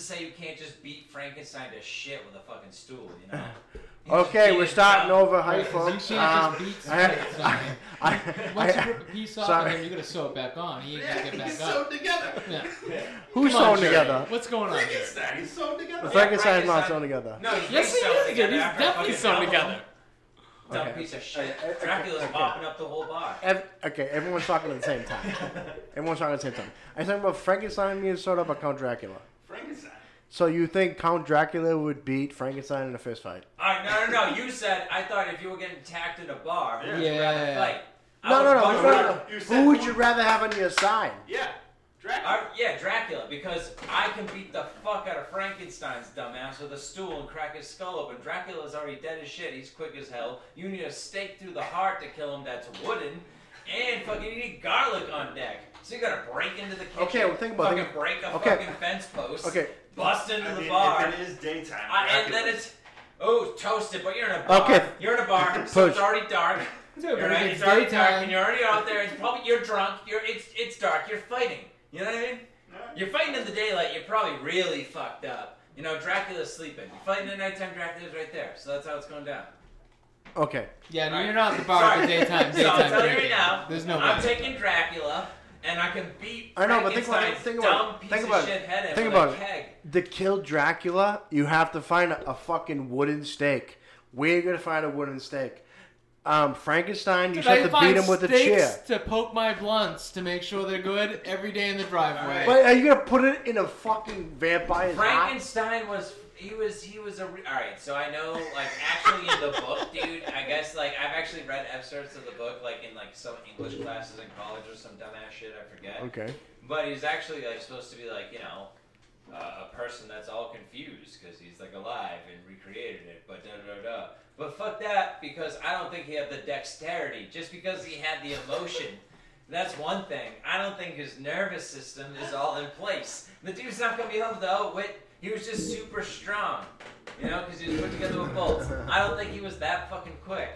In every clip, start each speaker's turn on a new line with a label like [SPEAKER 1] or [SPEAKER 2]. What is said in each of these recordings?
[SPEAKER 1] say you can't just beat Frankenstein to shit with a fucking stool, you know? You just beat
[SPEAKER 2] Okay, we're
[SPEAKER 1] it
[SPEAKER 2] starting
[SPEAKER 1] down.
[SPEAKER 2] over. Hi,
[SPEAKER 3] Right, 'cause
[SPEAKER 2] folks.
[SPEAKER 3] You can't
[SPEAKER 2] Um,
[SPEAKER 3] just beat
[SPEAKER 2] I-
[SPEAKER 3] something.
[SPEAKER 2] I-
[SPEAKER 3] Once
[SPEAKER 2] I-
[SPEAKER 3] you rip a piece off
[SPEAKER 2] sorry.
[SPEAKER 3] of him, you're gonna sew it back on. He ain't
[SPEAKER 4] Yeah,
[SPEAKER 3] gonna get
[SPEAKER 4] he's
[SPEAKER 3] back
[SPEAKER 4] sewn
[SPEAKER 3] up.
[SPEAKER 4] together.
[SPEAKER 3] Yeah.
[SPEAKER 2] Who's
[SPEAKER 3] Come on,
[SPEAKER 2] sewn
[SPEAKER 3] Jerry.
[SPEAKER 2] together?
[SPEAKER 3] What's going on? here?
[SPEAKER 4] Frankenstein, he's sewn together.
[SPEAKER 1] Yeah,
[SPEAKER 2] Frankenstein's not
[SPEAKER 1] Frankenstein-
[SPEAKER 2] sewn together.
[SPEAKER 1] No, he's
[SPEAKER 3] Yes, he
[SPEAKER 1] sewn
[SPEAKER 3] is again.
[SPEAKER 1] together
[SPEAKER 3] He's
[SPEAKER 1] after
[SPEAKER 3] definitely
[SPEAKER 1] fucking
[SPEAKER 3] sewn
[SPEAKER 1] double.
[SPEAKER 3] together.
[SPEAKER 1] Dumb
[SPEAKER 2] Okay.
[SPEAKER 1] piece of shit.
[SPEAKER 2] Okay, okay,
[SPEAKER 1] Dracula's
[SPEAKER 2] okay.
[SPEAKER 1] mopping up the whole bar.
[SPEAKER 2] Ev- okay, everyone's talking at the same time. Everyone's talking at the same time. Are you talking about Frankenstein being sort of a Count Dracula?
[SPEAKER 4] Frankenstein.
[SPEAKER 2] So you think Count Dracula would beat Frankenstein in a fist fight?
[SPEAKER 1] All right, no, no, no. You said I thought if you were getting attacked in a bar, who would you
[SPEAKER 3] Yeah.
[SPEAKER 1] rather fight? I
[SPEAKER 2] No,
[SPEAKER 1] would
[SPEAKER 2] no, no.
[SPEAKER 1] fucking
[SPEAKER 2] no,
[SPEAKER 1] rather-
[SPEAKER 2] no, no.
[SPEAKER 4] you said
[SPEAKER 2] Who would
[SPEAKER 4] who-
[SPEAKER 2] you rather have on your side?
[SPEAKER 4] Yeah, Dracula.
[SPEAKER 1] I- yeah, Dracula, because I can beat the fuck out of Frankenstein's dumbass with a stool and crack his skull open. Dracula's already dead as shit. He's quick as hell. You need a stake through the heart to kill him. That's wooden, and fucking you need garlic on deck. So you gotta break into the kitchen.
[SPEAKER 2] Okay, well, think about it.
[SPEAKER 1] fucking break a
[SPEAKER 2] Okay.
[SPEAKER 1] fucking fence post.
[SPEAKER 2] Okay.
[SPEAKER 1] bust into
[SPEAKER 4] I
[SPEAKER 1] the
[SPEAKER 4] mean,
[SPEAKER 1] bar.
[SPEAKER 4] If it is daytime.
[SPEAKER 1] I, and
[SPEAKER 4] Dracula-
[SPEAKER 1] then it's oh toasted, but you're in a bar.
[SPEAKER 2] Okay.
[SPEAKER 1] You're in a bar, so it's
[SPEAKER 2] Push.
[SPEAKER 1] already dark.
[SPEAKER 3] Dude,
[SPEAKER 1] You're
[SPEAKER 3] but
[SPEAKER 1] right,
[SPEAKER 3] if
[SPEAKER 1] it's
[SPEAKER 3] it's
[SPEAKER 1] already dark, and
[SPEAKER 3] daytime,
[SPEAKER 1] you're already out there. It's probably you're drunk. You're it's it's dark. You're fighting. You know what I mean?
[SPEAKER 4] Yeah.
[SPEAKER 1] You're fighting in the daylight. You're probably really fucked up. You know, Dracula's sleeping. You're fighting at nighttime. Dracula's right there. So that's how it's going down.
[SPEAKER 2] Okay.
[SPEAKER 3] yeah, no,
[SPEAKER 1] Alright.
[SPEAKER 3] you're not at the bar at the
[SPEAKER 1] Sorry.
[SPEAKER 3] daytime.
[SPEAKER 1] so I'm
[SPEAKER 3] daytime
[SPEAKER 1] telling you right
[SPEAKER 3] drinking.
[SPEAKER 1] now,
[SPEAKER 3] There's no
[SPEAKER 1] I'm
[SPEAKER 3] way.
[SPEAKER 1] taking Dracula, and I can beat
[SPEAKER 2] I know, but think about it,
[SPEAKER 1] Frankenstein's
[SPEAKER 2] think
[SPEAKER 1] dumb
[SPEAKER 2] about it,
[SPEAKER 1] piece
[SPEAKER 2] think
[SPEAKER 1] of
[SPEAKER 2] about it,
[SPEAKER 1] shit head in
[SPEAKER 2] think
[SPEAKER 1] with
[SPEAKER 2] about
[SPEAKER 1] a
[SPEAKER 2] it.
[SPEAKER 1] keg.
[SPEAKER 2] To kill Dracula, you have to find a, a fucking wooden stake. Where are you gonna find a wooden stake? Um, Frankenstein, you
[SPEAKER 3] Dude,
[SPEAKER 2] just
[SPEAKER 3] I
[SPEAKER 2] have to
[SPEAKER 3] find
[SPEAKER 2] beat him with a
[SPEAKER 3] stakes
[SPEAKER 2] chair.
[SPEAKER 3] to poke my blunts to make sure they're good every day in the driveway.
[SPEAKER 2] But are you gonna put it in a fucking vampire's eye?
[SPEAKER 1] Frankenstein was he was he was a re- all right. So I know like actually in the book, dude. I guess like I've actually read excerpts of the book like in like some English classes in college or some dumbass shit I forget.
[SPEAKER 2] Okay.
[SPEAKER 1] But he's actually like supposed to be like you know uh, a person that's all confused because he's like alive and recreated it. But da da da da. But fuck that because I don't think he had the dexterity. Just because he had the emotion. That's one thing. I don't think his nervous system is all in place. The dude's not gonna be able to outwit. He was just super strong, you know, because he was put together with bolts. I don't think he was that fucking quick,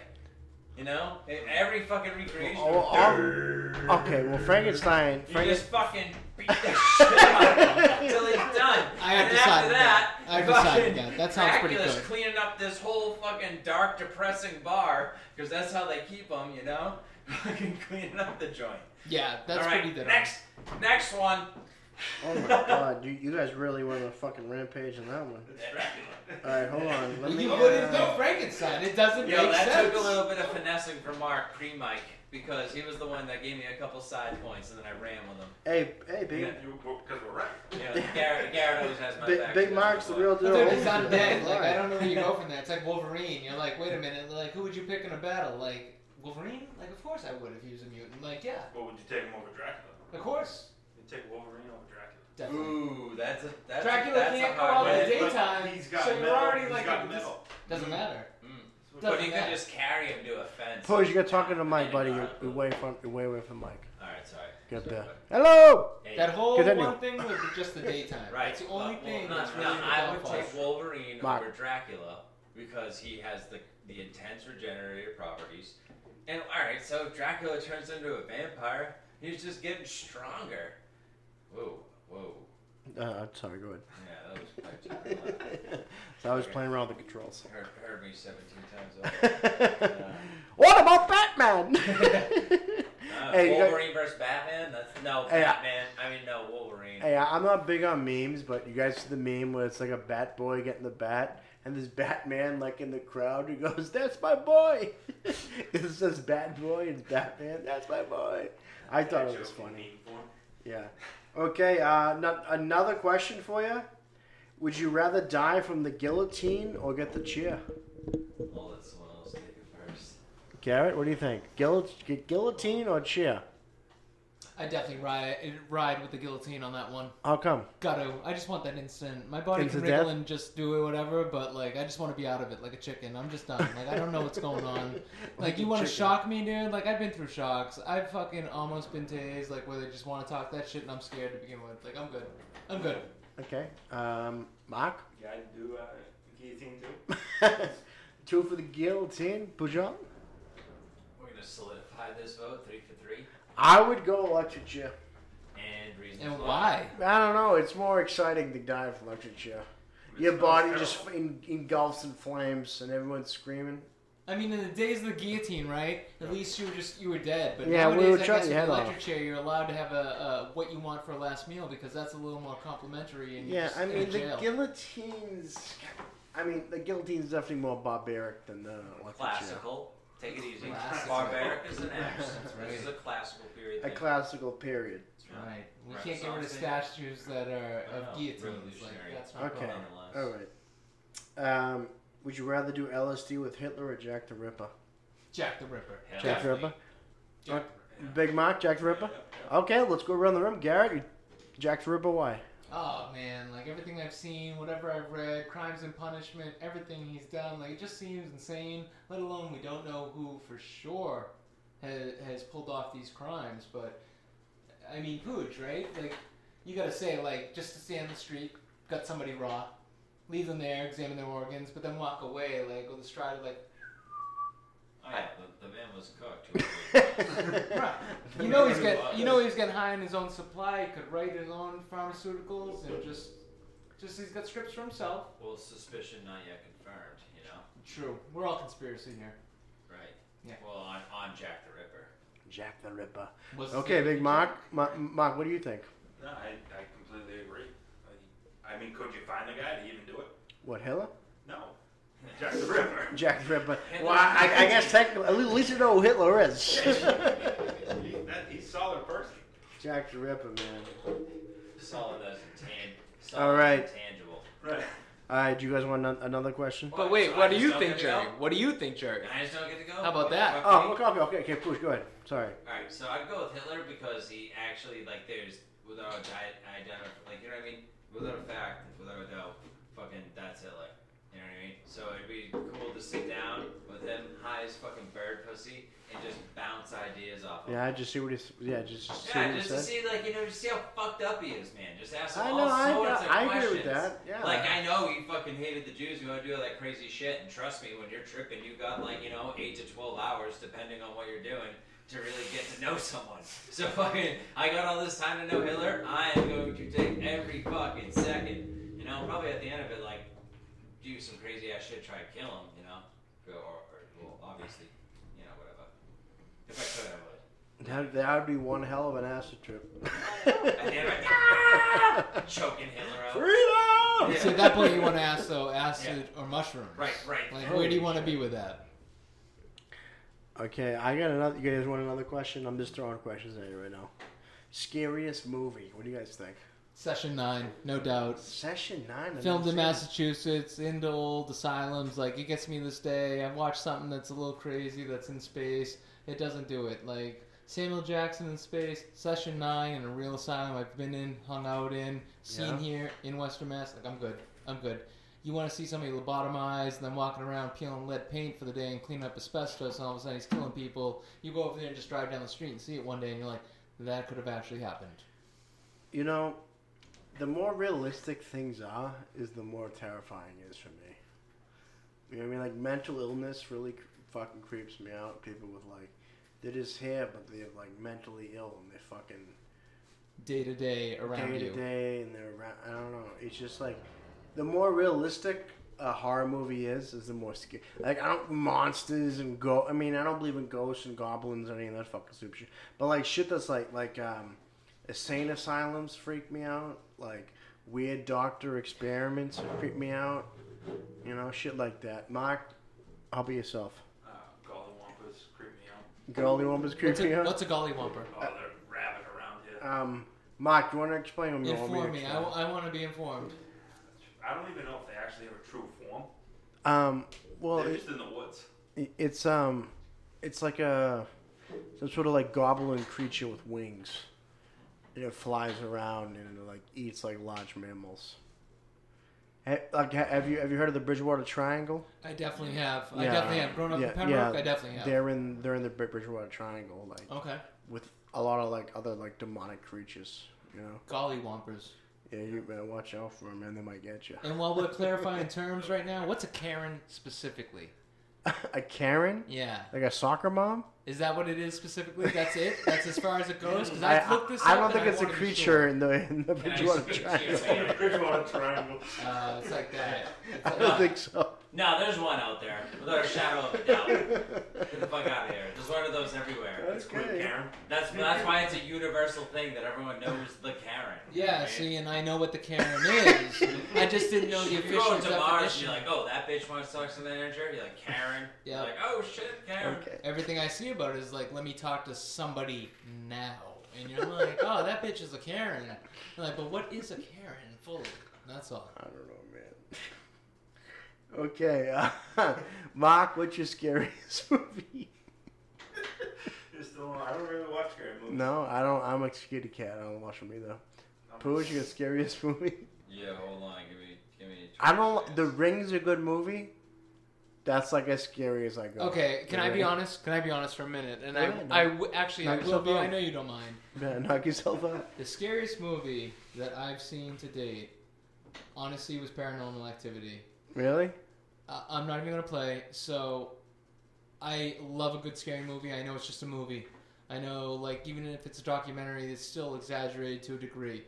[SPEAKER 1] you know. E-, Every fucking recreation.
[SPEAKER 2] Oh,
[SPEAKER 1] was
[SPEAKER 2] oh, okay. Well, Frankenstein.
[SPEAKER 1] you
[SPEAKER 2] Franken-
[SPEAKER 1] just fucking beat the shit out of him until he's done.
[SPEAKER 3] I have
[SPEAKER 1] and after that,
[SPEAKER 3] decided that. I have
[SPEAKER 1] fucking
[SPEAKER 3] decided that. That sounds pretty
[SPEAKER 1] Dracula's
[SPEAKER 3] good.
[SPEAKER 1] cleaning up this whole fucking dark, depressing bar because that's how they keep them, you know. Fucking cleaning up the joint.
[SPEAKER 3] Yeah, that's
[SPEAKER 1] All right,
[SPEAKER 3] pretty dead on.
[SPEAKER 1] next, next one.
[SPEAKER 2] oh my god, you, you guys really went on a fucking rampage on that one.
[SPEAKER 4] It's Dracula.
[SPEAKER 2] All right, hold on. Let me.
[SPEAKER 3] you
[SPEAKER 2] uh,
[SPEAKER 3] wouldn't know Frankenstein. It doesn't
[SPEAKER 1] Yo,
[SPEAKER 3] make
[SPEAKER 1] that
[SPEAKER 3] sense.
[SPEAKER 1] took a little bit of finessing from Mark pre mic because he was the one that gave me a couple side points and then I ran with him.
[SPEAKER 2] hey, hey, big,
[SPEAKER 1] Yeah.
[SPEAKER 4] Because we're right.
[SPEAKER 1] You know, Garrett, Garrett always has my
[SPEAKER 2] big,
[SPEAKER 1] back.
[SPEAKER 2] big
[SPEAKER 1] so that's
[SPEAKER 2] Mark's the
[SPEAKER 1] why.
[SPEAKER 2] real
[SPEAKER 3] Dude,
[SPEAKER 2] deal.
[SPEAKER 3] it's
[SPEAKER 2] Holy
[SPEAKER 3] on
[SPEAKER 2] shit.
[SPEAKER 3] deck. Like
[SPEAKER 2] Alright.
[SPEAKER 3] I don't know where you go from there. It's like Wolverine. You're like, wait a minute. Like, who would you pick in a battle? Like Wolverine? Like, of course I would if he was a mutant. Like, yeah,
[SPEAKER 4] But would you take him over Dracula?
[SPEAKER 3] of course.
[SPEAKER 4] You'd take Wolverine over Dracula.
[SPEAKER 3] Definitely.
[SPEAKER 1] Ooh, that's a that's
[SPEAKER 3] Dracula
[SPEAKER 1] a, that's
[SPEAKER 3] can't
[SPEAKER 1] a
[SPEAKER 3] go
[SPEAKER 1] hard
[SPEAKER 3] out
[SPEAKER 1] one.
[SPEAKER 3] in
[SPEAKER 4] But-
[SPEAKER 3] the
[SPEAKER 4] but
[SPEAKER 3] daytime,
[SPEAKER 4] He's got
[SPEAKER 3] so you're
[SPEAKER 4] metal.
[SPEAKER 3] already,
[SPEAKER 4] He's
[SPEAKER 3] like,
[SPEAKER 4] got
[SPEAKER 3] at this-
[SPEAKER 4] metal.
[SPEAKER 3] Doesn't matter.
[SPEAKER 1] But
[SPEAKER 3] Doesn't
[SPEAKER 1] you could
[SPEAKER 3] matter.
[SPEAKER 1] just carry him to a fence. uh,
[SPEAKER 2] Push, you're talking to Mike, buddy. You're,
[SPEAKER 1] Alright,
[SPEAKER 2] you're way from, you're way away from Mike.
[SPEAKER 1] oh, sorry.
[SPEAKER 2] Get up
[SPEAKER 1] Sorry,
[SPEAKER 2] there.
[SPEAKER 1] buddy.
[SPEAKER 2] Hello.
[SPEAKER 1] Hey,
[SPEAKER 3] That whole
[SPEAKER 2] Continue.
[SPEAKER 3] one thing was just the daytime.
[SPEAKER 1] right.
[SPEAKER 3] It's the only
[SPEAKER 1] uh, well,
[SPEAKER 3] thing
[SPEAKER 1] no,
[SPEAKER 3] that's
[SPEAKER 1] no,
[SPEAKER 3] really the
[SPEAKER 1] I would
[SPEAKER 3] downfall.
[SPEAKER 1] take Wolverine
[SPEAKER 2] Mark.
[SPEAKER 1] over Dracula because he has the the intense regenerative properties. And all right, so if Dracula turns into a vampire, he's just getting stronger. Whoa, whoa.
[SPEAKER 2] Uh, I'm sorry. Go
[SPEAKER 1] Yeah, that was quite terrible.
[SPEAKER 2] ahead. so I was playing around with the controls.
[SPEAKER 1] heard, heard me 17 times over.
[SPEAKER 2] what about Batman?
[SPEAKER 1] Uh,
[SPEAKER 2] Hey, you got-
[SPEAKER 1] Wolverine versus Batman? That's no
[SPEAKER 2] Hey, I-
[SPEAKER 1] Batman. I mean no Wolverine.
[SPEAKER 2] Hey, I- I'm not big on memes, but you guys see the meme where it's like a bat boy getting the bat, and this Batman like in the crowd who goes, "That's my boy." it says Bat Boy and Batman. That's my boy. I thought it was funny. Yeah. Okay. Uh, no- another question for you. Would you rather die from the guillotine or get the chair?
[SPEAKER 1] I'll let someone else take it first.
[SPEAKER 2] Garrett, what do you think? Guillot- gu- guillotine or chair?
[SPEAKER 3] I definitely ride ride with the guillotine on that one.
[SPEAKER 2] How come?
[SPEAKER 3] Gotta. I just want that instant. My body
[SPEAKER 2] Instant
[SPEAKER 3] can wriggle
[SPEAKER 2] death?
[SPEAKER 3] and just do it, whatever. But like, I just want to be out of it like a chicken. I'm just done. Like, I don't know what's going on. Like, you want to
[SPEAKER 2] Chicken.
[SPEAKER 3] shock me, dude? Like, I've been through shocks. I've fucking almost been tased. Like, where they just want to talk that shit, and I'm scared to begin with. Like, I'm good. I'm good.
[SPEAKER 2] Okay. Um, Mark.
[SPEAKER 4] Yeah, I'd do uh, guillotine too.
[SPEAKER 2] Two for the guillotine, Pujol.
[SPEAKER 1] We're gonna solidify this vote, three for three,
[SPEAKER 2] I would go electric chair.
[SPEAKER 1] and reasons.
[SPEAKER 3] And why?
[SPEAKER 2] I don't know. It's more exciting to die of electric chair.
[SPEAKER 4] It
[SPEAKER 2] Your
[SPEAKER 4] smells
[SPEAKER 2] body
[SPEAKER 4] terrible.
[SPEAKER 2] just en- engulfs in flames and everyone's screaming.
[SPEAKER 3] I mean, in the days of the guillotine, right? At least you were just you were dead. But
[SPEAKER 2] Yeah, we
[SPEAKER 3] nowadays,
[SPEAKER 2] would
[SPEAKER 3] I
[SPEAKER 2] try-
[SPEAKER 3] guess
[SPEAKER 2] yeah,
[SPEAKER 3] with
[SPEAKER 2] no.
[SPEAKER 3] electric chair, you're allowed to have a, a what you want for a last meal because that's a little more complimentary. And you're
[SPEAKER 2] Yeah,
[SPEAKER 3] just
[SPEAKER 2] I
[SPEAKER 3] in
[SPEAKER 2] mean, the
[SPEAKER 3] jail.
[SPEAKER 2] guillotines. I mean, the guillotine's definitely more barbaric than the electric chair.
[SPEAKER 1] Classical. Take it easy.
[SPEAKER 3] Classical.
[SPEAKER 1] Barbaric is an absence.
[SPEAKER 3] Right.
[SPEAKER 1] This is a classical period.
[SPEAKER 2] A
[SPEAKER 1] thing.
[SPEAKER 2] classical period.
[SPEAKER 1] Yeah.
[SPEAKER 3] right. We
[SPEAKER 1] Right,
[SPEAKER 3] can't
[SPEAKER 1] so
[SPEAKER 3] get
[SPEAKER 1] I'm
[SPEAKER 3] rid of
[SPEAKER 1] saying-
[SPEAKER 3] statues that are
[SPEAKER 1] I know,
[SPEAKER 3] of guillotines.
[SPEAKER 1] revolutionary.
[SPEAKER 3] Like, that's not
[SPEAKER 2] Okay. Oh.
[SPEAKER 3] cool.
[SPEAKER 1] Nonetheless.
[SPEAKER 2] All right. Um, would you rather do LSD with Hitler or Jack the Ripper?
[SPEAKER 3] Jack the Ripper.
[SPEAKER 1] Hell
[SPEAKER 2] Jack the
[SPEAKER 1] yeah.
[SPEAKER 2] Ripper.
[SPEAKER 3] Jack
[SPEAKER 2] Okay.
[SPEAKER 4] Yeah.
[SPEAKER 2] Big Mac, Jack the Ripper. Okay, let's go around the room. Garrett, you- Jack the Ripper. Why?
[SPEAKER 3] Oh man, like everything I've seen, whatever I've read, Crimes and Punishment, everything he's done, like it just seems insane. Let alone we don't know who for sure has, has pulled off these crimes, but I mean, Pooch, right? Like you gotta say, like just to stand the street, got somebody raw, leave them there, examine their organs, but then walk away, like with a stride, of, like
[SPEAKER 1] Oh, yeah, the, the man was cooked.
[SPEAKER 3] you know he's
[SPEAKER 1] Who he
[SPEAKER 3] got, you know he's getting high in his own supply, could write his own pharmaceuticals, and just, just he's got scripts for himself.
[SPEAKER 1] well, suspicion not yet confirmed. You know,
[SPEAKER 3] True. We're all conspiracy here.
[SPEAKER 1] right?
[SPEAKER 3] Yeah.
[SPEAKER 1] Well, on, on Jack the Ripper.
[SPEAKER 2] Jack the Ripper.
[SPEAKER 3] Was
[SPEAKER 2] Okay,
[SPEAKER 3] the-
[SPEAKER 2] Big Mac. Ma- Mac, what do you think?
[SPEAKER 4] No, I, I completely agree. Like, I mean, could you find the guy to even do it?
[SPEAKER 2] What Hitler?
[SPEAKER 4] No. Jack the Ripper.
[SPEAKER 2] Jack the Ripper.
[SPEAKER 1] Hitler.
[SPEAKER 2] Well, I, I guess technically, at least you know who Hitler is.
[SPEAKER 4] He, that, he's a solid person.
[SPEAKER 2] Jack the Ripper, man.
[SPEAKER 1] Solid as tan. Solid
[SPEAKER 2] All right.
[SPEAKER 1] as intangible.
[SPEAKER 4] Right.
[SPEAKER 2] All right, do you guys want an- another question?
[SPEAKER 1] Alright,
[SPEAKER 3] But wait,
[SPEAKER 1] so
[SPEAKER 3] what
[SPEAKER 1] I
[SPEAKER 3] do
[SPEAKER 1] just
[SPEAKER 3] you
[SPEAKER 1] don't
[SPEAKER 3] think,
[SPEAKER 1] get to go?
[SPEAKER 3] Jerry? What do you think, Jerry?
[SPEAKER 1] And I just don't get to go.
[SPEAKER 3] How about that?
[SPEAKER 1] Fuck
[SPEAKER 2] Oh,
[SPEAKER 1] me.
[SPEAKER 2] look okay, okay, okay, push, go ahead. Sorry.
[SPEAKER 1] All right, so I'd go with Hitler because he actually like there's without a di- identif- like you know what I mean, without a fact, without a doubt, fucking that's Hitler. You know what I mean? So it'd be cool to sit down with him, high as fucking bird pussy, and just bounce ideas off. him.
[SPEAKER 2] Yeah, I just see what he. s- Yeah, just see
[SPEAKER 1] Yeah,
[SPEAKER 2] what he
[SPEAKER 1] just to
[SPEAKER 2] said.
[SPEAKER 1] see like you know, just see how fucked up he is, man. Just ask him
[SPEAKER 2] I know.
[SPEAKER 1] all
[SPEAKER 2] I,
[SPEAKER 1] sorts of
[SPEAKER 2] I
[SPEAKER 1] questions.
[SPEAKER 2] agree with that. Yeah.
[SPEAKER 1] Like I know you fucking hated the Jews. You want to do all that crazy shit, and trust me, when you're tripping, you got like you know eight to twelve hours, depending on what you're doing, to really get to know someone. So fucking, I got all this time to know Hitler. I am going to take every fucking second. You know, probably at the end of it, like do some crazy ass shit, try to kill him. You know, or, or, well, obviously, you know, whatever. If I could, I would.
[SPEAKER 2] that, that would be one hell of an acid trip.
[SPEAKER 1] And then like, ah! choking Hitler out.
[SPEAKER 2] Freedom.
[SPEAKER 1] Yeah.
[SPEAKER 3] See, at that point, you want to ask though, acid or mushrooms?
[SPEAKER 1] Right, right.
[SPEAKER 3] Like, where do you want to be with that?
[SPEAKER 2] Okay, I got another. You guys want another question? I'm just throwing questions at you right now. Scariest movie. What do you guys think?
[SPEAKER 3] Session nine, no doubt.
[SPEAKER 2] Session nine. I've never
[SPEAKER 3] Filmed in
[SPEAKER 2] seen it.
[SPEAKER 3] Massachusetts, into old asylums. Like, it gets me this day. I've watched something that's a little crazy, that's in space. It doesn't do it. Like Samuel Jackson in space, Session nine, in a real asylum I've been in, hung out in, seen
[SPEAKER 2] Yeah.
[SPEAKER 3] here in Western Mass. Like, I'm good. I'm good. You want to see somebody lobotomized and then walking around peeling lead paint for the day and cleaning up asbestos, and all of a sudden he's killing people. You go over there and just drive down the street and see it one day, and you're like, that could have actually happened.
[SPEAKER 2] You know, the more realistic things are, is the more terrifying it is for me. You know what I mean? Like mental illness really c- fucking creeps me out. People with like, they're just here, but they're like mentally ill and they're fucking
[SPEAKER 3] Day to day around
[SPEAKER 2] day
[SPEAKER 3] you.
[SPEAKER 2] to day and they're around. I don't know. It's just like, the more realistic a horror movie is, is the more scary. Like I don't monsters and go. I mean, I don't believe in ghosts and goblins or any of that fucking stupid shit. But like shit that's like like um, insane asylums freak me out. Like weird doctor experiments freak me out. You know, shit like that. Mark, I'll be yourself.
[SPEAKER 4] Uh, Gollywampus creep me out.
[SPEAKER 2] Girly woman's
[SPEAKER 3] What's
[SPEAKER 2] creeping
[SPEAKER 3] a,
[SPEAKER 2] out.
[SPEAKER 3] what's a gollywomper?
[SPEAKER 4] Oh, they're rabbit around here.
[SPEAKER 2] Um, Mark, you want to explain? Or you want
[SPEAKER 3] Inform me.
[SPEAKER 2] to
[SPEAKER 3] I,
[SPEAKER 2] explain?
[SPEAKER 3] want to be informed.
[SPEAKER 4] I don't even know if they actually have a true form.
[SPEAKER 2] Um, well,
[SPEAKER 4] they're
[SPEAKER 2] it-
[SPEAKER 4] just in the woods.
[SPEAKER 2] It's um, it's like a some sort of like goblin creature with wings, and it flies around and it like eats like large mammals. Ha- Like, ha- have you have you heard of the Bridgewater Triangle?
[SPEAKER 3] I definitely have. I
[SPEAKER 2] Yeah.
[SPEAKER 3] definitely have. Grown up
[SPEAKER 2] Yeah,
[SPEAKER 3] in Pembroke,
[SPEAKER 2] yeah.
[SPEAKER 3] I definitely have.
[SPEAKER 2] They're in they're in the Brid- Bridgewater Triangle, like
[SPEAKER 3] Okay.
[SPEAKER 2] with a lot of like other like demonic creatures. You know,
[SPEAKER 3] Gollywompers.
[SPEAKER 2] yeah, you better watch out for them, man. They might get you.
[SPEAKER 3] And while we're clarifying terms right now, what's a Karen specifically?
[SPEAKER 2] a Karen,
[SPEAKER 3] Yeah.
[SPEAKER 2] like a soccer mom.
[SPEAKER 3] Is that what it is specifically? That's it? That's as far as it goes? Because
[SPEAKER 2] I,
[SPEAKER 3] I've looked this
[SPEAKER 2] I, I
[SPEAKER 3] up
[SPEAKER 2] don't
[SPEAKER 3] and
[SPEAKER 2] think it's a
[SPEAKER 3] wanna be
[SPEAKER 2] creature
[SPEAKER 3] sure.
[SPEAKER 2] in the in the
[SPEAKER 1] Can I
[SPEAKER 2] Bridgewater
[SPEAKER 1] speak to you,
[SPEAKER 2] Triangle.
[SPEAKER 1] man?
[SPEAKER 4] Bridgewater Triangle.
[SPEAKER 3] Uh, it's like that. It's
[SPEAKER 2] I
[SPEAKER 3] like-
[SPEAKER 2] don't think so.
[SPEAKER 1] No, there's one out there without a shadow of a doubt. Get the fuck out of here. There's one of those everywhere.
[SPEAKER 4] That's quick, Karen.
[SPEAKER 1] That's that's why it's a universal thing that everyone knows the Karen.
[SPEAKER 3] yeah,
[SPEAKER 1] Right?
[SPEAKER 3] see, and I know what the Karen is. I just didn't know the
[SPEAKER 1] If you go
[SPEAKER 3] official
[SPEAKER 1] into Mars and
[SPEAKER 3] definition.
[SPEAKER 1] you're like, oh, that bitch wants to talk to the manager, you're like, Karen.
[SPEAKER 3] Yeah.
[SPEAKER 1] You're like, oh shit, Karen.
[SPEAKER 2] Okay.
[SPEAKER 3] Everything I see about it is like, let me talk to somebody now. And you're like, oh, that bitch is a Karen. I'm like, but what is a Karen fully? That's all.
[SPEAKER 2] I don't know, man. Okay, uh, Mark, what's your scariest movie?
[SPEAKER 4] Just don't, I don't really watch Karen movies.
[SPEAKER 2] No, I don't. I'm a scaredy cat. I don't watch them either.
[SPEAKER 4] I'm-
[SPEAKER 2] Pooh, what's your scariest movie?
[SPEAKER 1] Yeah, hold on, give me give me
[SPEAKER 2] I don't. The Ring's a good movie. That's like as scary as I go.
[SPEAKER 3] Okay, can I be
[SPEAKER 2] Ring.
[SPEAKER 3] honest? Can I be honest for a minute? And
[SPEAKER 2] Yeah, no.
[SPEAKER 3] I, I w- actually, I
[SPEAKER 2] Knock
[SPEAKER 3] will
[SPEAKER 2] yourself
[SPEAKER 3] be. I
[SPEAKER 2] out.
[SPEAKER 3] know you don't mind.
[SPEAKER 2] Man, knock yourself out.
[SPEAKER 3] The scariest movie that I've seen to date, honestly, was Paranormal Activity.
[SPEAKER 2] Really?
[SPEAKER 3] Uh, I'm not even gonna play. So, I love a good scary movie. I know it's just a movie. I know, like, even if it's a documentary, it's still exaggerated to a degree.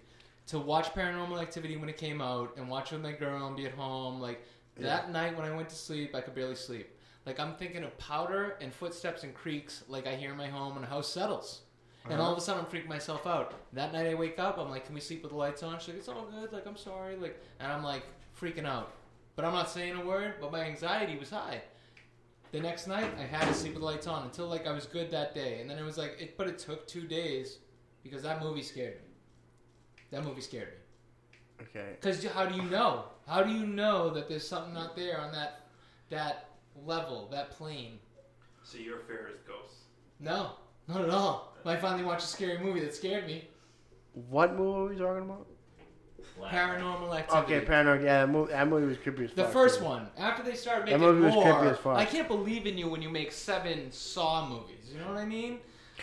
[SPEAKER 3] To watch Paranormal Activity when it came out and watch it with my girl and be at home, like that night when I went to sleep, I could barely sleep. Like I'm thinking of powder and footsteps and creaks, like I hear in my home when a house settles.
[SPEAKER 2] Uh-huh.
[SPEAKER 3] And all of a sudden, I'm freaking myself out. That night, I wake up. I'm like, "Can we sleep with the lights on?" She's like, "It's all good. Like, I'm sorry." Like, and I'm like freaking out, but I'm not saying a word. But my anxiety was high. The next night, I had to sleep with the lights on until like I was good that day. And then it was like, it, but it took two days because that movie scared me. That movie scared me.
[SPEAKER 2] Okay.
[SPEAKER 3] Because how do you know? How do you know that there's something out there on that that level, that plane?
[SPEAKER 4] So your fear is ghosts.
[SPEAKER 3] No, not at all. When I finally watched a scary movie that scared me.
[SPEAKER 2] What movie are we talking about?
[SPEAKER 3] Paranormal Activity.
[SPEAKER 2] Okay, Paranormal. Yeah, that movie, that movie was creepy as
[SPEAKER 3] the
[SPEAKER 2] fuck,
[SPEAKER 3] first
[SPEAKER 2] too.
[SPEAKER 3] one. After they started
[SPEAKER 2] That
[SPEAKER 3] making
[SPEAKER 2] movie was
[SPEAKER 3] more,
[SPEAKER 2] creepy as fuck.
[SPEAKER 3] I can't believe in you when you make seven Saw movies. You know what I mean?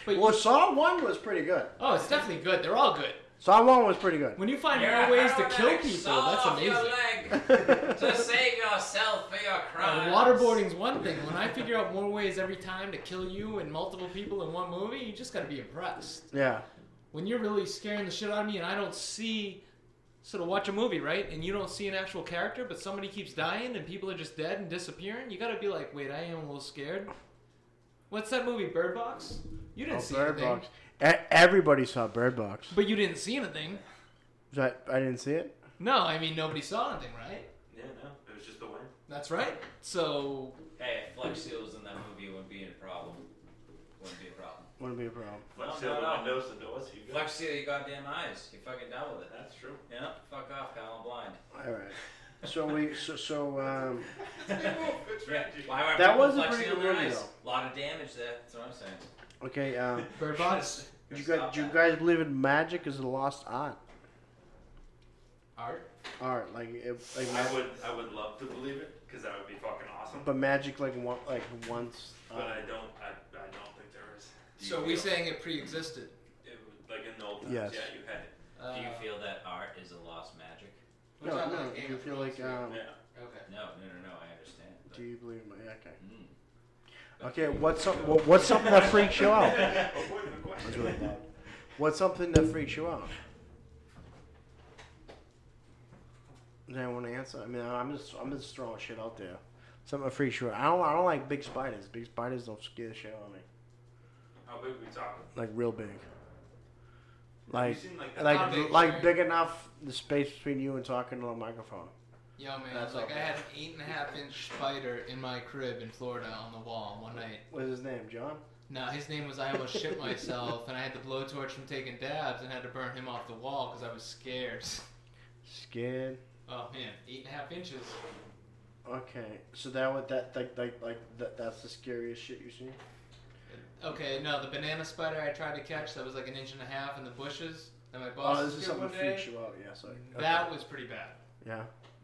[SPEAKER 3] But
[SPEAKER 2] Well,
[SPEAKER 3] you-
[SPEAKER 2] Saw One was pretty good.
[SPEAKER 3] oh, it's definitely good. They're all good.
[SPEAKER 2] Saw One was pretty good.
[SPEAKER 3] When you find
[SPEAKER 1] You're a
[SPEAKER 3] more ways to kill
[SPEAKER 1] paramedic.
[SPEAKER 3] people,
[SPEAKER 1] Saw
[SPEAKER 3] that's
[SPEAKER 1] off
[SPEAKER 3] amazing.
[SPEAKER 1] Your leg to save yourself for your
[SPEAKER 3] Uh,
[SPEAKER 1] crime.
[SPEAKER 3] waterboarding's one thing. When I figure out more ways every time to kill you and multiple people in one movie, you just gotta be impressed.
[SPEAKER 2] yeah.
[SPEAKER 3] When you're really scaring the shit out of me and I don't see. So to watch a movie, right? And you don't see an actual character, but somebody keeps dying and people are just dead and disappearing. You gotta be like, wait, I am a little scared. What's that movie, Bird Box? You didn't
[SPEAKER 2] Oh,
[SPEAKER 3] see
[SPEAKER 2] Bird
[SPEAKER 3] anything,
[SPEAKER 2] Box. E- everybody saw Bird Box.
[SPEAKER 3] but you didn't see anything.
[SPEAKER 2] Was that- I didn't see it.
[SPEAKER 3] No, I mean nobody saw anything, right?
[SPEAKER 4] Yeah, no. It was just a wind.
[SPEAKER 3] That's right. So
[SPEAKER 1] Hey, if Flex Seal was in that movie, it wouldn't be a problem. Wouldn't be a problem.
[SPEAKER 2] Wouldn't be a problem.
[SPEAKER 1] No,
[SPEAKER 4] Flex seal
[SPEAKER 1] no,
[SPEAKER 4] the
[SPEAKER 1] no.
[SPEAKER 4] windows, the doors. You go.
[SPEAKER 1] Flex Seal your goddamn eyes. You fucking down with it.
[SPEAKER 4] That's true.
[SPEAKER 1] Yeah, fuck off, Kyle. I'm blind.
[SPEAKER 2] All right. So we so so um
[SPEAKER 1] Yeah. Why aren't
[SPEAKER 2] That
[SPEAKER 1] people
[SPEAKER 2] was a pretty
[SPEAKER 1] flexing
[SPEAKER 2] good
[SPEAKER 1] on their
[SPEAKER 2] movie,
[SPEAKER 1] eyes? A lot of damage there. That's what I'm saying.
[SPEAKER 2] okay um
[SPEAKER 3] Bird Box,
[SPEAKER 2] do you
[SPEAKER 1] Stop
[SPEAKER 2] guys do you
[SPEAKER 1] that.
[SPEAKER 2] guys believe in magic is a lost art
[SPEAKER 3] art.
[SPEAKER 2] art like it, like
[SPEAKER 4] I
[SPEAKER 2] ma-
[SPEAKER 4] would, I would love to believe it because that would be fucking awesome. But,
[SPEAKER 2] but magic like one like once uh,
[SPEAKER 4] I don't, I, I don't think there is. Do
[SPEAKER 3] So
[SPEAKER 4] you
[SPEAKER 3] we
[SPEAKER 4] feel-
[SPEAKER 3] saying it pre-existed.
[SPEAKER 4] it was like in the old times.
[SPEAKER 2] Yes.
[SPEAKER 4] Yeah, you had it.
[SPEAKER 3] Uh,
[SPEAKER 1] Do you feel that art is a lost magic?
[SPEAKER 3] we're
[SPEAKER 2] no
[SPEAKER 3] talking
[SPEAKER 2] no
[SPEAKER 3] about Game
[SPEAKER 2] you
[SPEAKER 3] of
[SPEAKER 2] feel
[SPEAKER 3] Thrones
[SPEAKER 2] like
[SPEAKER 3] here.
[SPEAKER 2] um
[SPEAKER 4] Yeah.
[SPEAKER 3] Okay.
[SPEAKER 1] No, no, no, no. I understand. But,
[SPEAKER 2] do you believe in magic okay
[SPEAKER 1] mm.
[SPEAKER 2] okay what's some, what- what's something that freaks you out
[SPEAKER 4] Avoid the question.
[SPEAKER 2] That's really loud. what's something that freaks you out does anyone answer I mean I'm just I'm just throwing shit out there something that freaks you out I don't I don't like big spiders big spiders don't scare the shit out of me
[SPEAKER 4] How big we talking?
[SPEAKER 2] like real big.
[SPEAKER 4] you
[SPEAKER 2] Like
[SPEAKER 4] seen like that?
[SPEAKER 2] like
[SPEAKER 3] Not big,
[SPEAKER 2] like
[SPEAKER 3] right?
[SPEAKER 2] big enough the space between you and talking to the microphone.
[SPEAKER 3] Yo, man,
[SPEAKER 2] That's
[SPEAKER 3] like
[SPEAKER 2] all.
[SPEAKER 3] I had an eight and a half inch spider in my crib in Florida on the wall one night.
[SPEAKER 2] What's his name? John?
[SPEAKER 3] Now his name was I almost shit myself, and I had the blowtorch from taking dabs and had to burn him off the wall because I was scared.
[SPEAKER 2] Scared.
[SPEAKER 3] Oh man, eight and a half inches.
[SPEAKER 2] Okay. So that would that like like like that, that's the scariest shit you've seen?
[SPEAKER 3] Okay, no, the banana spider I tried to catch that was like an inch and a half in the bushes that my boss.
[SPEAKER 2] Oh, this is
[SPEAKER 3] killed
[SPEAKER 2] something
[SPEAKER 3] one
[SPEAKER 2] that
[SPEAKER 3] day.
[SPEAKER 2] freaks you out, yeah, so
[SPEAKER 3] That was pretty bad.
[SPEAKER 2] Yeah.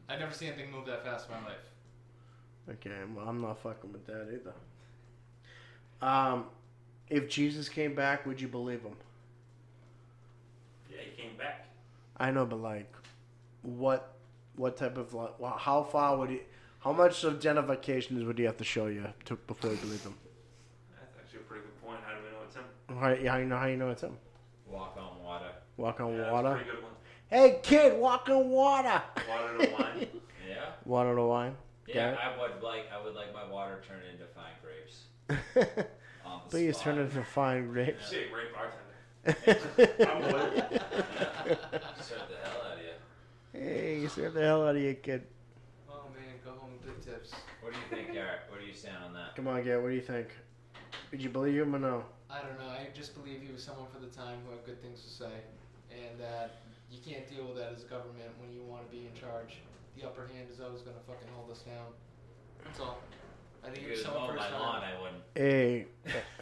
[SPEAKER 3] I've never seen anything move that fast in my life.
[SPEAKER 2] Okay, well I'm not fucking with that either. Um if Jesus came back, would you believe him?
[SPEAKER 4] Yeah, he came back.
[SPEAKER 2] I know, but like what what type of like well, how far would he How much identifications would he have to show you to, before you believe him?
[SPEAKER 4] That's actually a pretty good point. How do we know it's him?
[SPEAKER 2] All right, yeah, how you know how you know it's him?
[SPEAKER 1] Walk on water.
[SPEAKER 2] Walk on
[SPEAKER 4] Yeah, that's a
[SPEAKER 2] water.
[SPEAKER 4] pretty good one.
[SPEAKER 2] Hey kid, walk on water.
[SPEAKER 4] Water to wine.
[SPEAKER 1] Yeah.
[SPEAKER 2] Water to wine.
[SPEAKER 1] Yeah,
[SPEAKER 2] Got
[SPEAKER 1] I would like I would like my water turned into fine grapes. On the
[SPEAKER 2] Please
[SPEAKER 1] spot.
[SPEAKER 2] turn it into fine grapes.
[SPEAKER 4] She's a great bartender.
[SPEAKER 1] Serve the hell out of you.
[SPEAKER 2] hey, you serve the hell out of you, kid.
[SPEAKER 3] Oh man, go home with good tips.
[SPEAKER 1] What do you think, Garrett? Where do you stand on that?
[SPEAKER 2] Come on, Gary, what do you think? Did you believe him or no?
[SPEAKER 3] I don't know. I just believe he was someone for the time who had good things to say, and that you can't deal with that as a government when you want to be in charge. The upper hand is always going to fucking hold us down. That's all. I
[SPEAKER 1] If
[SPEAKER 3] think he
[SPEAKER 1] you
[SPEAKER 3] was
[SPEAKER 1] was
[SPEAKER 3] someone
[SPEAKER 1] mowing
[SPEAKER 3] for his
[SPEAKER 1] my lawn,
[SPEAKER 3] time.
[SPEAKER 1] I wouldn't.
[SPEAKER 2] Hey,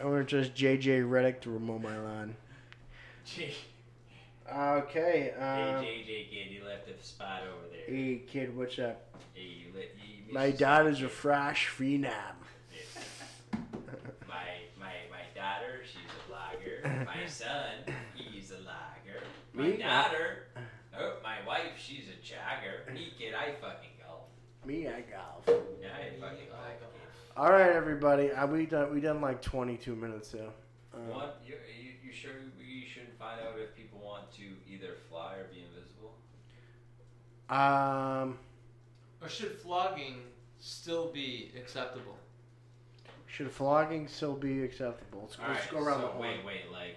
[SPEAKER 2] I want to trust JJ Reddick to remove my line.
[SPEAKER 1] Gee,
[SPEAKER 2] Okay, um,
[SPEAKER 1] hey, JJ kid, you left a spot over there.
[SPEAKER 2] hey kid, what's up?
[SPEAKER 1] Hey, you let you missed
[SPEAKER 2] My
[SPEAKER 1] a spot.
[SPEAKER 2] daughter's a fresh free nab.
[SPEAKER 1] My my my daughter, she's a logger. My son, he's a logger. My
[SPEAKER 2] Me?
[SPEAKER 1] daughter, oh, my wife, she's a jogger. Me kid, I fucking golf.
[SPEAKER 2] Me, I golf.
[SPEAKER 1] Yeah, I fucking
[SPEAKER 3] Me, I
[SPEAKER 1] golf.
[SPEAKER 3] golf.
[SPEAKER 2] All right, everybody, uh, we done we done like 22 minutes here.
[SPEAKER 1] kid.
[SPEAKER 2] Uh,
[SPEAKER 1] What? You, you, you sure we shouldn't find out if people want to either fly or be invisible?
[SPEAKER 2] um,
[SPEAKER 3] Or should flogging still be acceptable?
[SPEAKER 2] should flogging still be acceptable? Let's,
[SPEAKER 1] All
[SPEAKER 2] let's
[SPEAKER 1] right,
[SPEAKER 2] go around
[SPEAKER 1] so
[SPEAKER 2] the horn.
[SPEAKER 1] wait, wait, like,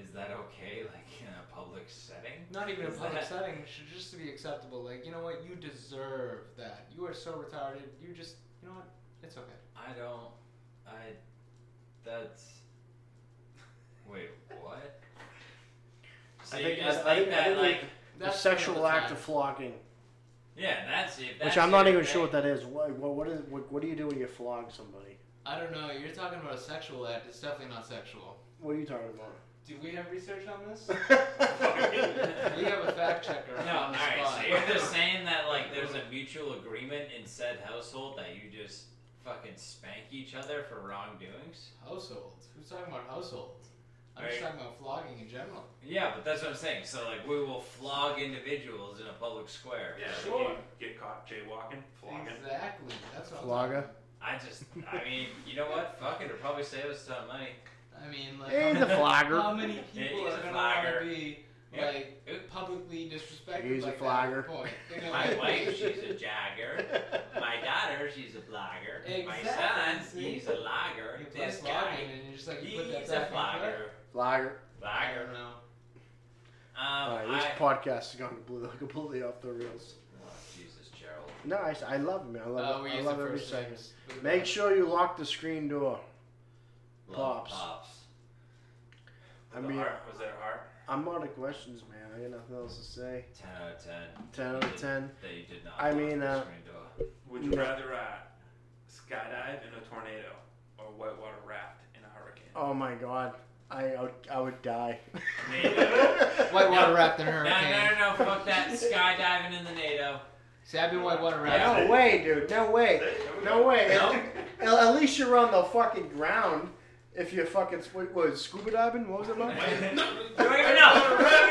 [SPEAKER 1] is that okay? Like in a public setting?
[SPEAKER 3] Not even in a
[SPEAKER 1] Is
[SPEAKER 3] public
[SPEAKER 1] that-
[SPEAKER 3] setting. It should just be acceptable. Like you know what? You deserve that. You are so retarded. You just you know what? It's okay.
[SPEAKER 1] I don't. I. That's. Wait, what? So
[SPEAKER 2] I
[SPEAKER 1] you
[SPEAKER 2] think-
[SPEAKER 1] just
[SPEAKER 2] I- I
[SPEAKER 1] think
[SPEAKER 2] think- I
[SPEAKER 1] that,
[SPEAKER 2] think we-
[SPEAKER 1] like,
[SPEAKER 2] The sexual act of flogging,
[SPEAKER 1] yeah, that's it.
[SPEAKER 2] which I'm not even sure what that is. What what what, is, what what do you do when you flog somebody?
[SPEAKER 3] I don't know. You're talking about a sexual act. It's definitely not sexual.
[SPEAKER 2] What are you talking
[SPEAKER 3] Do we have research on this?
[SPEAKER 2] about?
[SPEAKER 3] we have a fact checker
[SPEAKER 1] No,
[SPEAKER 3] on
[SPEAKER 1] all
[SPEAKER 3] the
[SPEAKER 1] right.
[SPEAKER 3] spot.
[SPEAKER 1] So you're just saying that like there's a mutual agreement in said household that you just fucking spank each other for wrongdoings.
[SPEAKER 3] household. Who's talking about household? I'm just
[SPEAKER 1] Right.
[SPEAKER 3] talking about flogging in general.
[SPEAKER 1] Yeah, but that's what I'm saying. So like we will flog individuals in a public square.
[SPEAKER 4] Yeah, if
[SPEAKER 3] Sure.
[SPEAKER 4] you get caught jaywalking, flogging.
[SPEAKER 3] Exactly. That's what
[SPEAKER 2] Flogger.
[SPEAKER 3] I'm talking
[SPEAKER 1] I just, I mean, you know what? Fuck it. It'll probably save us a ton of money.
[SPEAKER 3] about. I mean, like,
[SPEAKER 2] He's
[SPEAKER 3] how,
[SPEAKER 2] a flogger.
[SPEAKER 3] how many
[SPEAKER 1] Yeah,
[SPEAKER 3] people
[SPEAKER 1] he's
[SPEAKER 3] are
[SPEAKER 1] a
[SPEAKER 3] going to
[SPEAKER 1] flogger.
[SPEAKER 3] want to be
[SPEAKER 1] Yeah.
[SPEAKER 3] like
[SPEAKER 1] Oop.
[SPEAKER 3] publicly disrespected?
[SPEAKER 2] He's a
[SPEAKER 3] like that
[SPEAKER 2] flogger.
[SPEAKER 3] at that point? You know,
[SPEAKER 1] My
[SPEAKER 3] like-
[SPEAKER 1] wife, she's a jogger. My daughter, she's a blogger. My son,
[SPEAKER 3] Exactly.
[SPEAKER 1] he's a logger.
[SPEAKER 3] You play
[SPEAKER 1] This
[SPEAKER 3] flogging
[SPEAKER 1] guy,
[SPEAKER 3] and you're just like you put that
[SPEAKER 1] he's a
[SPEAKER 3] back in play.
[SPEAKER 1] flogger.
[SPEAKER 2] Flogger.
[SPEAKER 3] I don't
[SPEAKER 1] Blogger.
[SPEAKER 3] know.
[SPEAKER 1] Um,
[SPEAKER 2] All right, this
[SPEAKER 1] I,
[SPEAKER 2] podcast is going completely completely off the rails.
[SPEAKER 1] oh, Jesus, Gerald.
[SPEAKER 2] No, I, I love him. I
[SPEAKER 3] Uh,
[SPEAKER 2] love.
[SPEAKER 3] we
[SPEAKER 2] I
[SPEAKER 3] use
[SPEAKER 2] love
[SPEAKER 3] the
[SPEAKER 2] every
[SPEAKER 3] first
[SPEAKER 2] second.
[SPEAKER 3] names.
[SPEAKER 2] Make sure you lock the screen door.
[SPEAKER 1] Love
[SPEAKER 2] Pops.
[SPEAKER 1] pops.
[SPEAKER 2] I
[SPEAKER 4] The
[SPEAKER 2] mean,
[SPEAKER 4] heart, was that a heart?
[SPEAKER 2] I'm out of questions, man. I got nothing else to say.
[SPEAKER 1] Ten out of ten.
[SPEAKER 2] Ten out of ten.
[SPEAKER 1] That you did not.
[SPEAKER 2] I
[SPEAKER 1] lock
[SPEAKER 2] mean,
[SPEAKER 1] the
[SPEAKER 2] uh,
[SPEAKER 1] screen door.
[SPEAKER 4] Would you
[SPEAKER 2] No.
[SPEAKER 4] rather uh, skydive in a tornado or whitewater raft in a hurricane?
[SPEAKER 2] Oh my god, I I would, I would die.
[SPEAKER 3] Whitewater wrapped in
[SPEAKER 1] No,
[SPEAKER 3] hurricane.
[SPEAKER 1] no, no, no! Fuck that skydiving in the NATO.
[SPEAKER 3] See, I've been whitewater wrapped.
[SPEAKER 2] No way, dude. No way. No way.
[SPEAKER 1] No?
[SPEAKER 2] At, at least you're on the fucking ground. If you're fucking what, was it, scuba diving, what was it about?
[SPEAKER 1] Wait, no, wait, no, wait,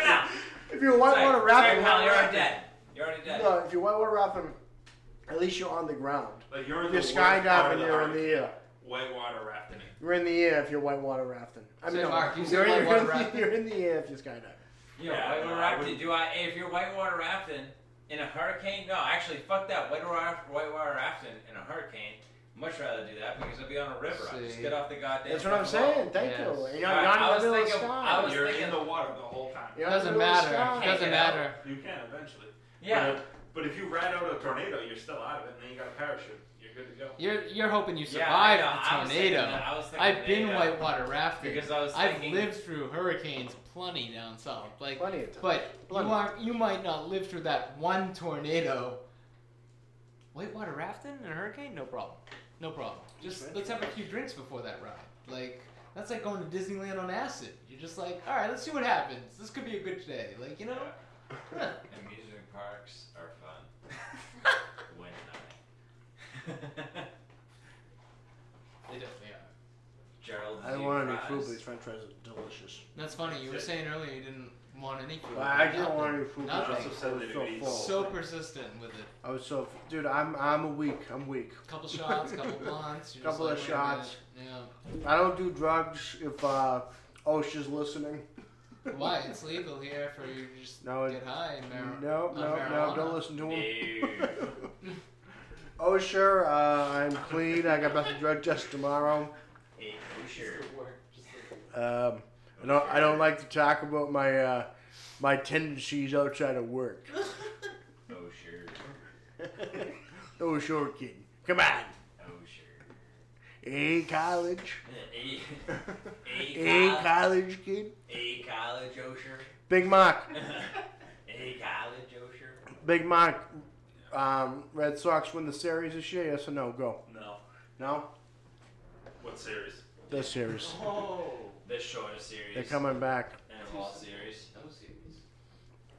[SPEAKER 1] no.
[SPEAKER 2] If you're whitewater
[SPEAKER 1] Sorry,
[SPEAKER 2] rafting,
[SPEAKER 1] pal, you're already dead. You're already dead.
[SPEAKER 2] no. If you're whitewater rafting, at least you're on the ground.
[SPEAKER 4] Like you're
[SPEAKER 2] If
[SPEAKER 4] in
[SPEAKER 2] you're
[SPEAKER 4] the worst part of
[SPEAKER 2] skydiving, you're in the air.
[SPEAKER 4] whitewater rafting.
[SPEAKER 2] You're in the air if you're whitewater rafting. I
[SPEAKER 3] Say,
[SPEAKER 2] no,
[SPEAKER 3] Mark, you say
[SPEAKER 2] you're, in-
[SPEAKER 3] whitewater
[SPEAKER 2] you're in the-
[SPEAKER 3] rafting.
[SPEAKER 2] you're in the air if you're skydiving.
[SPEAKER 1] Yeah,
[SPEAKER 4] Yeah,
[SPEAKER 1] whitewater
[SPEAKER 4] no, I
[SPEAKER 1] rafting.
[SPEAKER 4] wouldn't-
[SPEAKER 1] do I? If you're whitewater rafting in a hurricane, no, actually, fuck that. Whitewater, raf- whitewater rafting in a hurricane. Much rather do that because I'll be on a river. I'll just
[SPEAKER 3] See.
[SPEAKER 1] get off the goddamn.
[SPEAKER 2] That's what I'm
[SPEAKER 1] fucking boat.
[SPEAKER 2] saying. Thank
[SPEAKER 3] Yes.
[SPEAKER 2] you. You're
[SPEAKER 1] All right,
[SPEAKER 2] not
[SPEAKER 1] I was
[SPEAKER 2] in the middle of
[SPEAKER 1] thinking-
[SPEAKER 2] the
[SPEAKER 1] I
[SPEAKER 2] sky.
[SPEAKER 1] was
[SPEAKER 4] you're in
[SPEAKER 1] thinking-
[SPEAKER 4] the water the whole time.
[SPEAKER 2] You're not in the middle of
[SPEAKER 3] doesn't
[SPEAKER 2] the
[SPEAKER 3] matter.
[SPEAKER 2] sky.
[SPEAKER 3] Doesn't
[SPEAKER 1] Yeah.
[SPEAKER 3] matter.
[SPEAKER 4] You can eventually.
[SPEAKER 1] Yeah.
[SPEAKER 4] But if you ride out a tornado, you're still out of it, and then you got a parachute. You're good to go.
[SPEAKER 3] You're you're hoping you
[SPEAKER 1] Yeah, I
[SPEAKER 3] survive
[SPEAKER 1] know, I was
[SPEAKER 3] the
[SPEAKER 1] thinking
[SPEAKER 3] tornado.
[SPEAKER 1] that, I was thinking
[SPEAKER 3] I've been
[SPEAKER 1] NATO,
[SPEAKER 3] whitewater rafting.
[SPEAKER 1] because I was
[SPEAKER 3] I've
[SPEAKER 1] thinking-
[SPEAKER 3] lived through hurricanes plenty down south. Like,
[SPEAKER 2] Plenty of time.
[SPEAKER 3] but
[SPEAKER 2] Plenty.
[SPEAKER 3] you aren't. You might not live through that one tornado. Whitewater rafting in a hurricane, no problem. No problem. Just let's have a few drinks before that ride. Like that's like going to Disneyland on acid. You're just like, all right, let's see what happens. This could be a good day. Like you know. Huh.
[SPEAKER 1] Amusement parks are fun. when not.
[SPEAKER 3] They definitely are.
[SPEAKER 1] Gerald.
[SPEAKER 2] I don't
[SPEAKER 1] do
[SPEAKER 2] want any
[SPEAKER 1] fries.
[SPEAKER 2] food, but these french fries are delicious.
[SPEAKER 3] That's funny. You were saying earlier you didn't want any food.
[SPEAKER 2] But I
[SPEAKER 3] Nothing.
[SPEAKER 2] didn't want any food.
[SPEAKER 3] Nothing.
[SPEAKER 2] because I was so
[SPEAKER 4] Nothing.
[SPEAKER 2] full.
[SPEAKER 3] So persistent with it.
[SPEAKER 2] I was so, dude. I'm I'm a weak. I'm weak.
[SPEAKER 3] Couple shots, couple blunts. you're just
[SPEAKER 2] Couple
[SPEAKER 3] like,
[SPEAKER 2] of
[SPEAKER 3] "Wait a minute."
[SPEAKER 2] shots. I don't do drugs if uh, OSHA's listening.
[SPEAKER 3] Yeah. Why? It's legal here for you to just
[SPEAKER 2] No, it-
[SPEAKER 3] get high and mar-
[SPEAKER 2] No,
[SPEAKER 3] on
[SPEAKER 2] no, no.
[SPEAKER 3] marijuana.
[SPEAKER 2] Don't listen to him.
[SPEAKER 1] No.
[SPEAKER 2] OSHA, uh, I'm clean. I got about to drug test tomorrow.
[SPEAKER 1] Hey, oh, sure.
[SPEAKER 2] Um, I don't. I don't like to talk about my uh, my tendencies outside of work.
[SPEAKER 1] Oh, sure.
[SPEAKER 2] oh, sure, kid. Come on.
[SPEAKER 1] Oh, sure.
[SPEAKER 2] Hey, college.
[SPEAKER 1] A,
[SPEAKER 2] Hey,
[SPEAKER 1] a, col-
[SPEAKER 2] college, kid.
[SPEAKER 1] a college, oh, sure.
[SPEAKER 2] Big Mac.
[SPEAKER 1] a college, oh, sure.
[SPEAKER 2] Big Mac. Um, Red Sox win the series this year. Yes or no? Go.
[SPEAKER 4] No.
[SPEAKER 2] No.
[SPEAKER 4] What series?
[SPEAKER 2] The series.
[SPEAKER 3] Oh.
[SPEAKER 1] The shortest series.
[SPEAKER 2] They're coming back.
[SPEAKER 1] And of all series.
[SPEAKER 3] No serious.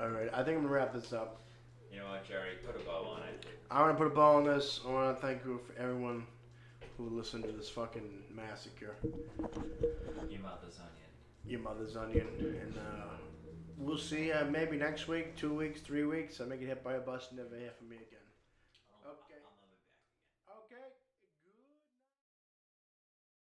[SPEAKER 2] All right. I think I'm gonna wrap this up.
[SPEAKER 1] You know what, Jerry? Put a bow on it.
[SPEAKER 2] I want to put a ball on this. I want to thank you for everyone who listened to this fucking massacre.
[SPEAKER 1] Your mother's onion.
[SPEAKER 2] Your mother's onion, and uh, we'll see. Uh, maybe next week, two weeks, three weeks. I may get hit by a bus and never hear from me again.